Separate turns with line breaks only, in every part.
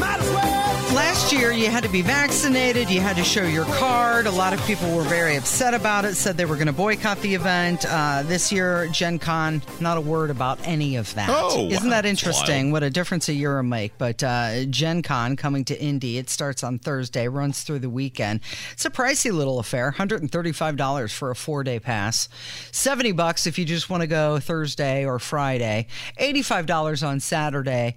Last year, you had to be vaccinated, you had to show your card. A lot of people were very upset about it, said they were going to boycott the event. Uh, this year, Gen Con, not a word about any of that.
Oh,
Isn't that
wow.
interesting? What a difference a year will make. But uh, Gen Con coming to Indy, it starts on Thursday, runs through the weekend. It's a pricey little affair $135 for a four day pass, 70 bucks if you just want to go Thursday or Friday, $85 on Saturday.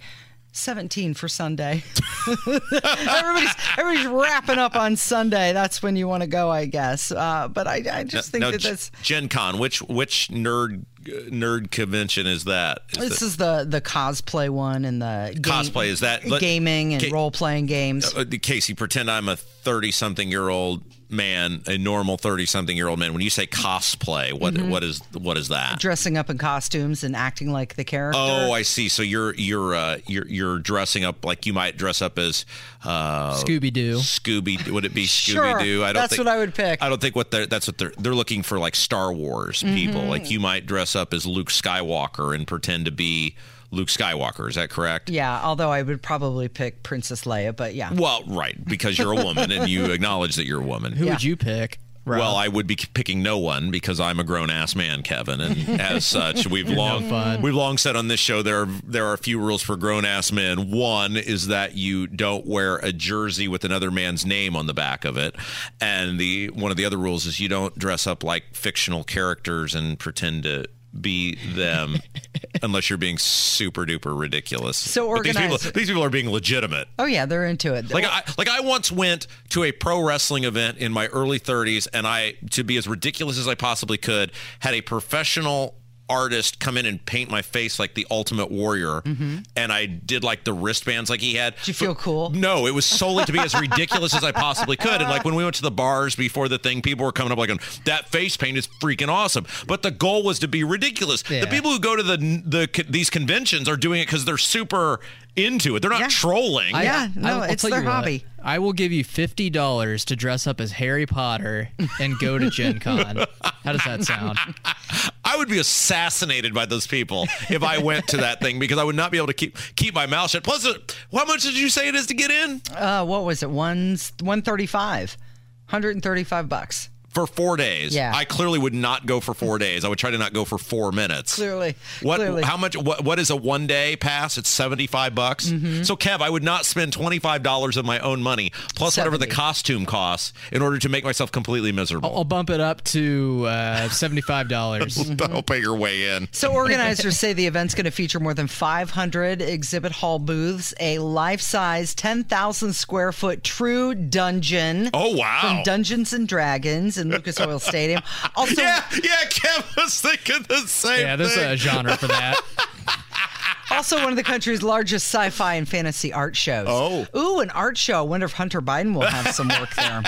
17 for Sunday. everybody's everybody's wrapping up on Sunday. That's when you want to go, I guess. Uh, but I, I just think
Now,
that
G-
that's
Gen Con, which which nerd nerd convention is that? Is
this
that-
is the the cosplay one and the game-
Cosplay, is that- let-
gaming and
Ga-
role playing games.
uh, Casey, pretend I'm a 30 something year old man, a normal 30 something year old man. When you say cosplay, what
Mm-hmm.
what is what is that?
Dressing up in costumes and acting like the character.
Oh, I see. So you're you're uh, you're you're dressing up like you might dress up as uh,
Scooby Doo.
Scooby. Would it be
Sure,
Scooby Doo?
that's what I would pick. Mm-hmm.
I don't think what they're that's what they're they're looking for like Star Wars people. Like you might dress up as Luke Skywalker and pretend to be Luke Skywalker. Is that correct?
yeah, although I would probably pick Princess Leia, but yeah.
Well, right, because you're a woman and you acknowledge that you're a woman.
Who would you pick? Rob?
Well, I would be picking no one because I'm a grown ass man, Kevin, and as such, we've long we've long said on this show there are there are a few rules for grown ass men. One is that you don't wear a jersey with another man's name on the back of it, and the one of the other rules is you don't dress up like fictional characters and pretend to be them unless you're being super duper ridiculous.
So
But these people,
organized.
these people are being legitimate.
Oh yeah, they're into it.
Like uh, I like I once went to a pro wrestling event in my early 30s and I to be as ridiculous as I possibly could had a professional artist come in and paint my face like the ultimate warrior and I did like the wristbands like he had. Did
Mm-hmm. you feel cool?
No, it was solely to be as ridiculous as I possibly could and like when we went to the bars before the thing people were coming up like that face paint is freaking awesome. But the goal was to be ridiculous. The
Yeah.
people who go to the the these conventions are doing it cuz they're super into it. They're not
Yeah.
trolling.
I-
Yeah, no,
I'll
it's
tell
their
you what,
hobby.
I will give you fifty dollars to dress up as Harry Potter and go to Gen Con. How does that sound?
I would be assassinated by those people if I went to that thing because I would not be able to keep keep my mouth shut. Plus, uh, how much did you say it is to get in
uh, what was it? One one thirty five. 135 bucks.
for four days?
Yeah.
I clearly would not go for four days. I would try to not go for four minutes.
Clearly.
What?
Clearly.
How much? What, what is a one day pass? It's seventy five bucks.
Mm-hmm.
So, Kev, I would not spend twenty five dollars of my own money plus whatever the
70.
costume costs in order to make myself completely miserable.
Oh,
I'll bump it up to uh, seventy-five dollars.
mm-hmm.
I'll pay your way in.
So organizers say the event's going to feature more than 500 exhibit hall booths, a life-size 10,000 square foot true dungeon.
Oh, wow.
From Dungeons and Dragons in Lucas Oil Stadium. Also,
Yeah, yeah. Kev was thinking the same.
Yeah, there's
thing.
a genre for that.
also one of the country's largest sci-fi and fantasy art shows.
Oh.
ooh, an art show. I wonder if Hunter Biden will have some work there.